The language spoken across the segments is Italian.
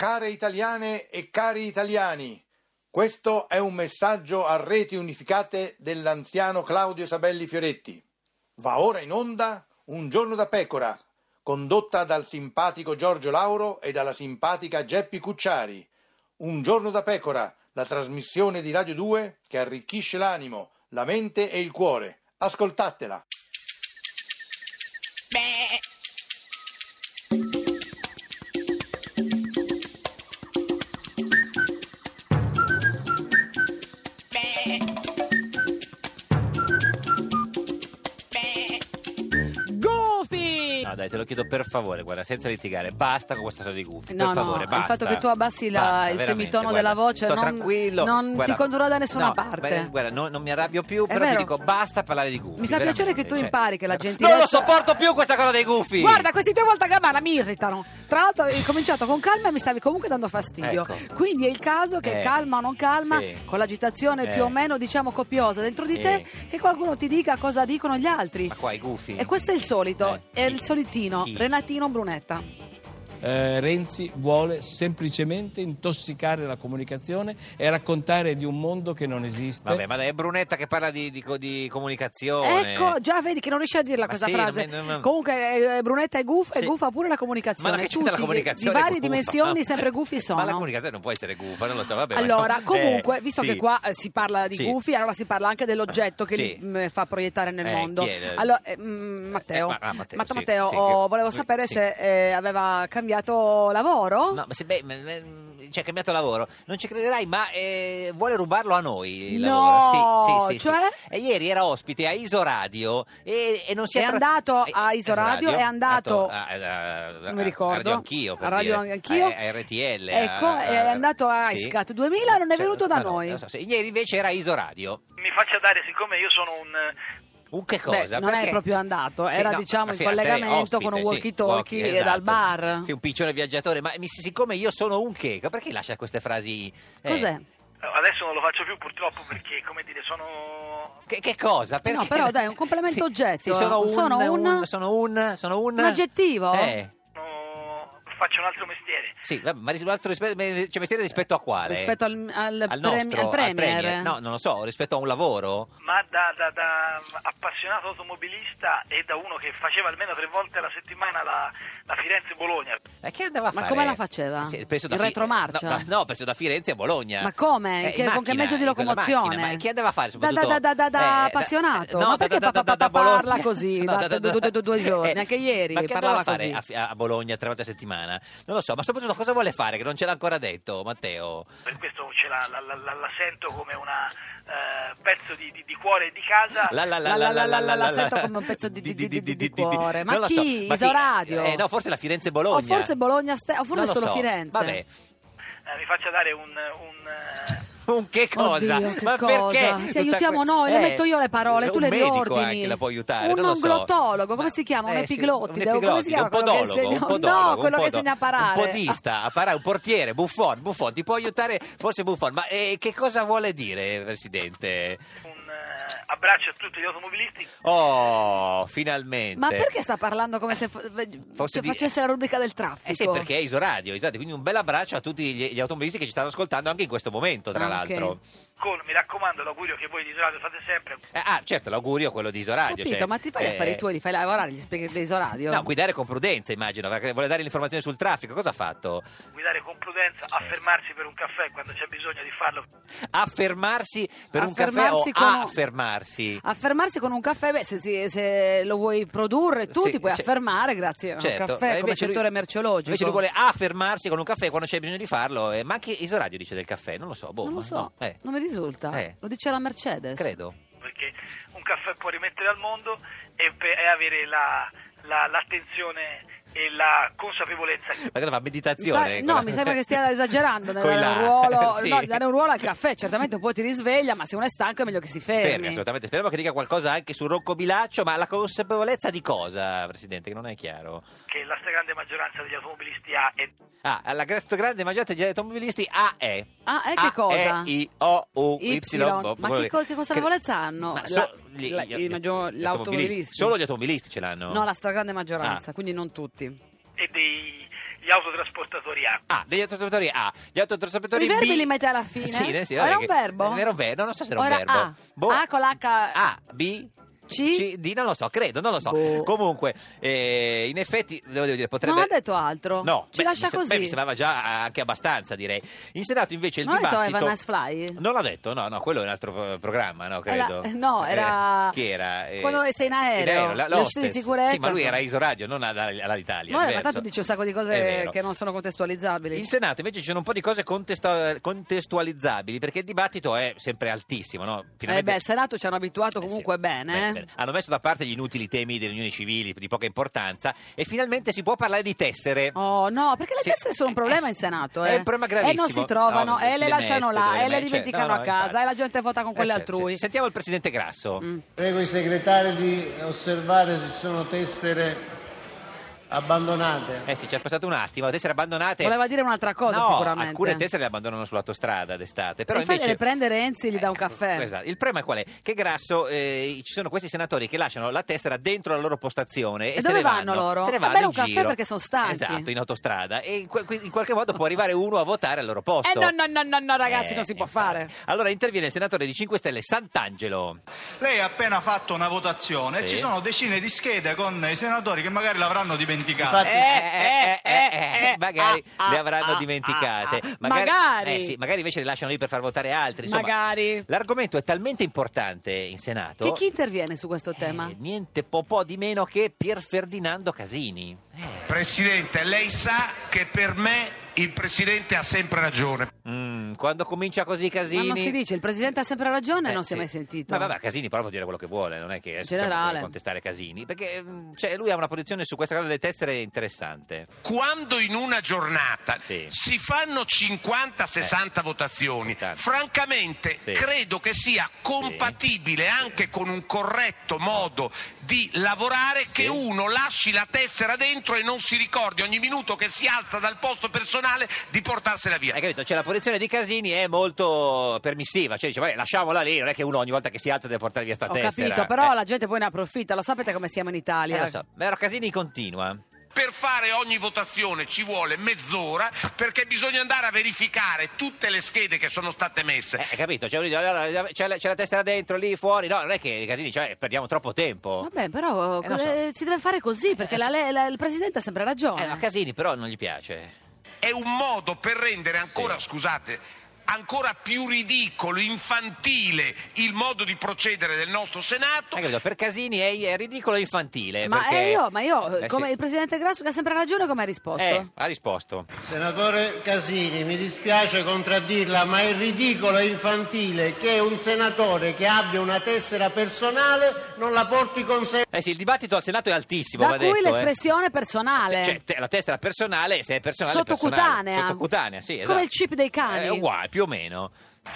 Care italiane e cari italiani, questo è un messaggio a reti unificate dell'anziano Claudio Sabelli Fioretti. Va ora in onda Un giorno da pecora, condotta dal simpatico Giorgio Lauro e dalla simpatica Geppi Cucciari. Un giorno da pecora, la trasmissione di Radio 2 che arricchisce l'animo, la mente e il cuore. Ascoltatela. Goofy! No, dai, te lo chiedo per favore, guarda, senza litigare, basta con questa storia di gufi, No, no, per favore, il basta. fatto che tu abbassi la- Basta, il veramente, semitono guarda, della voce sto non- tranquillo, non guarda, ti condurrà da nessuna no, parte. beh, Guarda, no- non mi arrabbio più, però vero. ti dico basta parlare di gufi. Mi fa piacere che veramente, tu cioè. impari che la gentilezza... Non lo sopporto più questa cosa dei gufi. Guarda, questi due volta a gabbana mi irritano. Tra l'altro hai cominciato con calma e mi stavi comunque dando fastidio. Ecco. Quindi è il caso che Eh, calma o non calma, sì. con l'agitazione Eh. più o meno diciamo copiosa dentro di te, Eh. che qualcuno ti dica cosa dicono gli altri. Ma qua i gufi. E questo è il solito, Eh, è chi? il solitino, Chi? Renatino Brunetta. Eh, Renzi vuole semplicemente intossicare la comunicazione e raccontare di un mondo che non esiste. Vabbè, ma dai, è Brunetta che parla di, di co- di comunicazione. Ecco, già vedi che non riesci a dirla Oh, eh. Ma questa sì, frase. non è- non è- Comunque eh, Brunetta è gufa e Sì. gufa pure la comunicazione. Ma la che c'è Tutti la di- comunicazione? Di varie gufa? dimensioni sempre gufi sono. Ma la comunicazione non può essere gufa, non lo so, vabbè. ma allora, insomma, eh, comunque, visto sì. che qua eh, si parla di Sì. gufi, allora si parla anche dell'oggetto che Sì. li mh, fa proiettare nel Eh, mondo. chi è? Allora, eh, mh, Matteo, Eh, ma- ah, Matteo, Matt- sì, Matteo, sì, oh, che- volevo sì. sapere se eh, aveva cambiato lavoro. No, ma se beh, ma- ma- cioè, ha cambiato lavoro, non ci crederai, ma eh, vuole rubarlo a noi il No, lavoro. Sì, sì, sì, cioè? sì. E ieri era ospite a Isoradio e, e non si È è tra- andato eh, a Isoradio, Isoradio, è andato- a, a- a- non mi ricordo. a Radio Anch'io, per A Radio dire, Anch'io. a, a RTL. Ecco, è andato a Iscat 2000, non è venuto da ma no, noi. non so se- Ieri invece era a Isoradio. mi faccia dare, siccome io sono un... eh, Un che Beh, cosa? non è Perché- proprio andato, Sì, era no, diciamo ma in sì, collegamento ospite, con un sì, walkie walkie, talkie e dal esatto, bar. Sì, un piccione viaggiatore, ma mi- siccome io sono un che, perché lascia queste frasi? eh, Cos'è? adesso non lo faccio più purtroppo perché, come dire, sono... Che, che cosa? Perché? No, però dai, un complemento Sì, oggetto. sì, sono un, Sono un- sono un, sono un- Un aggettivo? Eh, sono- faccio un altro mestiere. sì, vabbè, ma ris- l'altro rispe- me- cioè, mestiere rispetto a quale? Rispetto al, al Al premi- nostro, al al premier. No, non lo so, rispetto a un lavoro? Ma da, da- da appassionato automobilista e da uno che faceva almeno tre volte alla settimana la, la Firenze-Bologna. Eh, che andava a Ma fare? Eh, come la faceva? penso da In retromarcia? No, da- no, penso da Firenze a Bologna. Eh, Ma come? in Che- con che mezzo di con la macchina. locomozione? Ma chi andava a fare? Da- da- soprattutto? da- da- da- da Eh, appassionato? no, Ma da- perché da- da- papà da- da parla Bologna? così? No, Eh, Da- du- du- du- due giorni, anche ieri ma che parlava andava a fare così. a, a Bologna tre volte a settimana? Non lo so, ma soprattutto cosa vuole fare che non ce l'ha ancora detto Matteo? Per questo ce la, la- la- la- la sento come un pezzo di, di- di cuore di casa. La la la Ah, La, la la la la la sento come un pezzo di- di- di- di- di cuore. Ma Non lo so, chi? ma chi? Isoradio? Eh, no, forse la Firenze Bologna. O forse Bologna, ste- o forse Non lo solo so. Firenze. Vabbè. Eh, mi faccia dare un... un, eh, Un che cosa? Oddio, che Ma cosa? perché? Ti tutta aiutiamo que- noi, le Eh, metto io le parole, tu un le medico riordini. anche la può aiutare, Un non lo so. onglottologo, come si chiama? Un eh, sì, epiglottide, un come si chiama epiglottide, quello che un podologo, insegna- un podologo, No, quello un che podo- insegna a parare. Un podista, a parare, un portiere, Buffon, Buffon, ti può aiutare forse Buffon, ma eh, che cosa vuole dire, Presidente? un, eh, abbraccio a tutti gli automobilisti. Oh, finalmente. Ma perché sta parlando come se fo- Forse se di- facesse la rubrica del traffico? Eh sì, perché è Isoradio, Isoradio, quindi un bel abbraccio a tutti gli, gli automobilisti che ci stanno ascoltando anche in questo momento, tra Anche. l'altro. Con, mi raccomando, l'augurio che voi di Isolati fate sempre. Eh, ah, certo, l'augurio è quello di Isoradio. Capito, cioè, ma ti fai eh, gli affari tuoi, li fai lavorare, gli spieghi l'esoradio? No, guidare con prudenza, immagino, perché vuole dare l'informazione sul traffico. Cosa ha fatto? Guidare con prudenza, affermarsi per un caffè quando c'è bisogno di farlo. Affermarsi per Affermarsi un caffè con- o affermarsi? Affermarsi con un caffè, beh, se, si- se lo vuoi produrre tu Sì, ti puoi cioè- affermare grazie Certo, a un ma caffè come invece lui- settore merceologico. Invece lui vuole affermarsi con un caffè quando c'è bisogno di farlo. eh, ma anche Isoradio dice del caffè, non lo so. boh, non lo ma- so, no, eh, non mi risulta. Eh. Lo dice la Mercedes. credo. perché un caffè può rimettere al mondo e, pe- e avere la- la- l'attenzione e la consapevolezza. Ma che fa Sta- meditazione? no, mi sembra che stia esagerando nel Coi dare là. un ruolo, Sì. no, dare un ruolo al caffè. Certamente un po' ti risveglia, ma se uno è stanco è meglio che si fermi. Fermi, assolutamente. Speriamo che dica qualcosa anche su Rocco Bilaccio, ma la consapevolezza di cosa, Presidente, che non è chiaro. che la stragrande maggioranza degli automobilisti ha e Ah, alla gra- grande maggioranza degli automobilisti AE. Ah, eh, che cosa? I O U Y. Y. boh, Ma quello che co- che consapevolezza hanno? Ma La- gli- la- gli- il gli- maggior- gli l'automobilisti. Solo gli automobilisti ce l'hanno. Ah. No, la stragrande maggioranza, quindi non tutti. e dei- gli degli autotrasportatori A. Ah, degli autotrasportatori A, gli autotrasportatori I B. verbi li mette alla fine? Sì, eh, sì, Era vabbè, un che- verbo? Era un verbo, non so se era un Ora verbo. Boh. A. A con l'H. A, B, C? D, non lo so, credo, non lo so. Boh. Comunque, eh, in effetti, devo dire, potrebbe... Non ha detto altro. No, Ci beh, lascia mi se- così. beh, mi sembrava già eh, anche abbastanza, direi. In Senato invece il Non ha detto dibattito... Evan Nice Fly? Non l'ha detto, no, no, quello è un altro eh, programma, no, Era- credo. no, era- Eh, chi era? Eh, Quando sei in aereo, la- le uscite di l'hostess. sicurezza, Sì, ma lui insomma. era a Isoradio, non alla- all'Italia. No, eh, ma diverso. tanto dice un sacco di È cose vero. che non sono contestualizzabili. In Senato invece ci sono un po' di cose contesta- contestualizzabili perché il dibattito è sempre altissimo. No? Eh Finalmente- beh, il Senato ci hanno abituato Eh sì. comunque bene. eh. Hanno messo da parte gli inutili temi delle unioni civili di poca importanza e finalmente si può parlare di tessere. Oh no, perché le Sì. tessere sono un problema Eh, in Senato. è eh. un problema gravissimo. E non si trovano, No, e le le lasciano mette, là, dove le e le mette, dimenticano no, no, a casa, infatti. e la gente vota con Eh, quelle certo, altrui. sì. Sentiamo il presidente Grasso. Mm. Prego i segretari di osservare se ci sono tessere abbandonate. Eh sì, ci è passato un attimo, le tessere abbandonate. Voleva dire un'altra cosa No, sicuramente. Alcune tessere le abbandonano sull'autostrada d'estate. Però E poi invece... le prende Renzi gli dà un Eh, caffè. esatto. Il problema qual è? Che Grasso, eh, ci sono questi senatori che lasciano la tessera dentro la loro postazione. E, E se dove ne vanno loro? Se ne A vanno bere in un caffè giro. perché sono stanchi. Esatto, in autostrada. E in, que- in qualche modo può arrivare uno a votare al loro posto. Eh no, no, no, no, no, ragazzi, Eh, non si può infatti. fare. Allora interviene il senatore di 5 Stelle Sant'Angelo. Lei ha appena fatto una votazione, e Sì. ci sono decine di schede con i senatori che magari l'avranno dimenticata. Infatti, Eh, eh, eh, eh, eh, magari ah, le ah, avranno ah, dimenticate. ah, ah. Magari. eh sì, magari invece le lasciano lì per far votare altri. Insomma, Magari. L'argomento è talmente importante in Senato. Chi, chi interviene su questo tema? Eh, niente po', po' di meno che Pier Ferdinando Casini. Presidente, lei sa che per me il Presidente ha sempre ragione. Mm, quando comincia così Ma Casini. non si dice, il presidente ha sempre ragione, Eh, non si sì. è mai sentito. Ma vabbè, Casini però può dire quello che vuole, non è che adesso generale. possiamo contestare Casini, perché mm, cioè, lui ha una posizione su questa cosa delle tessere interessante. Quando in una giornata Sì. Eh. si fanno 50-60 votazioni, Tanto. francamente Sì. credo che sia compatibile anche con un corretto modo di lavorare che uno lasci la tessera dentro e non si ricordi ogni minuto che si alza dal posto personale di portarsela via. Hai capito? Cioè la posizione di Casini è molto permissiva, cioè dice vabbè lasciamola lì, non è che uno ogni volta che si alza deve portare via sta Ho tessera. capito, però Eh, la gente poi ne approfitta, lo sapete come siamo in Italia. eh, lo so. Però Casini continua. Per fare ogni votazione ci vuole mezz'ora perché bisogna andare a verificare tutte le schede che sono state messe. Eh, hai capito? Cioè, lui dice, allora, c'è, la, c'è la tessera dentro, lì, fuori. No, non è che Casini, cioè, perdiamo troppo tempo. Vabbè, però Eh, lo so. eh, si deve fare così perché la- le- la- il presidente ha sempre ragione. Eh, no, a Casini però non gli piace. È un modo per rendere ancora, Sì. scusate, ancora più ridicolo, infantile il modo di procedere del nostro Senato. Hai capito? Per Casini è, è ridicolo e infantile. ma, perché- eh, io, ma io, Eh, come sì. il presidente Grasso che ha sempre ragione, come ha risposto? Eh, ha risposto. senatore Casini, mi dispiace contraddirla, ma è ridicolo e infantile che un senatore che abbia una tessera personale non la porti con sé. Eh sì, il dibattito al Senato è altissimo, da va cui detto, eh. l'espressione personale. Cioè, te- la testa personale, se è personale, è Sottocutanea. personale. Sottocutanea, sì, Come esatto. il chip dei cani. Eh, È uguale, più o meno.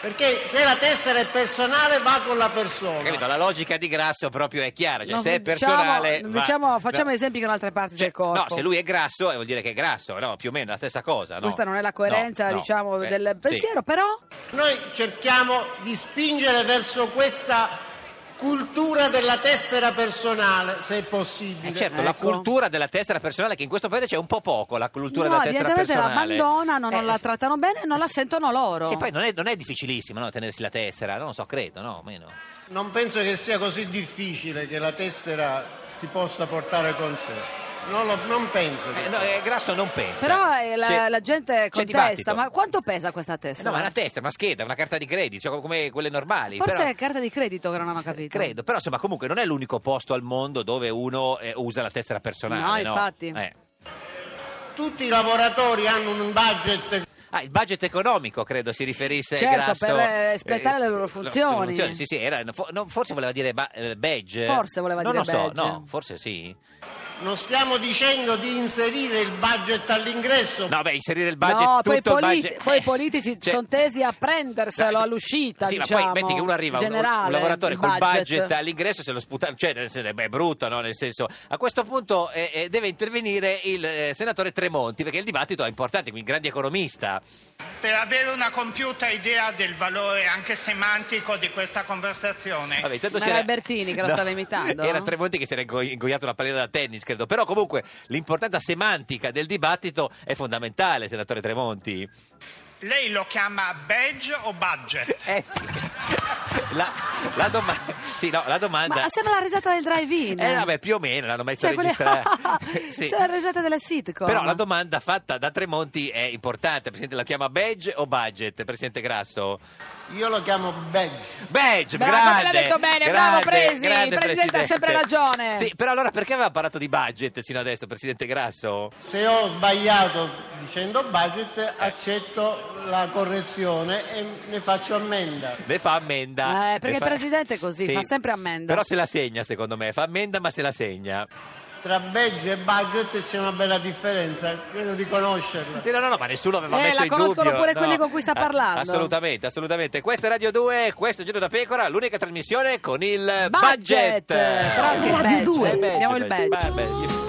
Perché se la tessera è personale va con la persona. Capito? La logica di Grasso proprio è chiara, cioè Non se è diciamo- personale... non va- diciamo- facciamo no. esempi con altre parti Cioè, del corpo. No, se lui è grasso eh, vuol dire che è grasso, no, più o meno la stessa cosa. no? Questa non è la No, coerenza, no, diciamo, eh, del sì. pensiero, però... Noi cerchiamo di spingere verso questa cultura della tessera personale, se è possibile. Eh, certo, Ecco. la cultura della tessera personale, che in questo paese c'è un po' poco, la cultura no, della tessera evidentemente la personale. abbandonano, non Eh, la sì. trattano bene e non la sentono loro. Sì, poi non è, non è difficilissimo no, tenersi la tessera, non lo so, credo, no, meno. Non penso che sia così difficile che la tessera si possa portare con sé. Non, lo- non penso. che- Eh, no, eh, Grasso non pensa. Però eh, la, Sì. la gente C'è contesta, dibattito. ma quanto pesa questa Eh, testa? No, ma una testa, una scheda, una carta di credito, cioè come quelle normali. Forse però- è carta di credito che non hanno capito. Credo, però insomma comunque non è l'unico posto al mondo dove uno eh, usa la tessera personale. No, infatti. Eh. Tutti i lavoratori hanno un budget Ah, il budget economico credo si riferisse Certo, Grasso. per, eh, espletare le loro funzioni. Sì, sì, era- fo- no, forse voleva dire ba- eh, badge. Forse voleva non dire Non lo badge. so, no, forse sì. Non stiamo dicendo di inserire il budget all'ingresso. No, beh, inserire il budget no, tutto poi, i il politi- budget. poi i politici Cioè- sono tesi a prenderselo Dai, all'uscita. sì, diciamo, ma poi metti che uno arriva, in un- un- generale, un lavoratore il col budget. all'ingresso se lo sputa, cioè nel senso, beh, è brutto, no? Nel senso, a questo punto eh, eh, deve intervenire il eh, senatore Tremonti perché il dibattito è importante, quindi grande economista. Per avere una compiuta idea del valore anche semantico di questa conversazione, Vabbè, intanto Eh. Ma c'era- era Albertini che lo stava imitando? Era Tremonti che si era ingoi- ingoiato una pallina da tennis, credo. Però comunque l'importanza semantica del dibattito è fondamentale, senatore Tremonti. Lei lo chiama badge o budget? Eh sì. La, la doma- sì, no, la domanda... Ma sembra la risata del drive-in. Eh vabbè, più o meno, l'hanno messo Cioè, a quelle- registrare. Cioè, Sì. Sembra la risata della Ecco. sitcom. Però la domanda fatta da Tremonti è importante. Presidente, la chiama badge o budget, Presidente Grasso? Io lo chiamo badge. Badge, Bravo, grande! te l'ha detto bene, grande, bravo, Presi, grande il Presidente ha sempre ragione. Sì, però allora perché aveva parlato di budget sino adesso, Presidente Grasso? Se ho sbagliato dicendo budget, accetto la correzione e ne faccio ammenda. Ne fa ammenda. Eh, Ne perché fa- il presidente è così, Sì. fa sempre ammenda. Però se la segna, secondo me. Fa ammenda, ma se la segna. Tra badge e budget c'è una bella differenza, credo di conoscerla. Sì, No, no, no, ma nessuno aveva Eh, messo la in dubbio. conoscono pure no. quelli con cui sta A- parlando. assolutamente, assolutamente. Questa è Radio 2, questo è Giro da Pecora, l'unica trasmissione con il budget. Budget. Però anche il Radio badge. 2. Abbiamo il badge. badge.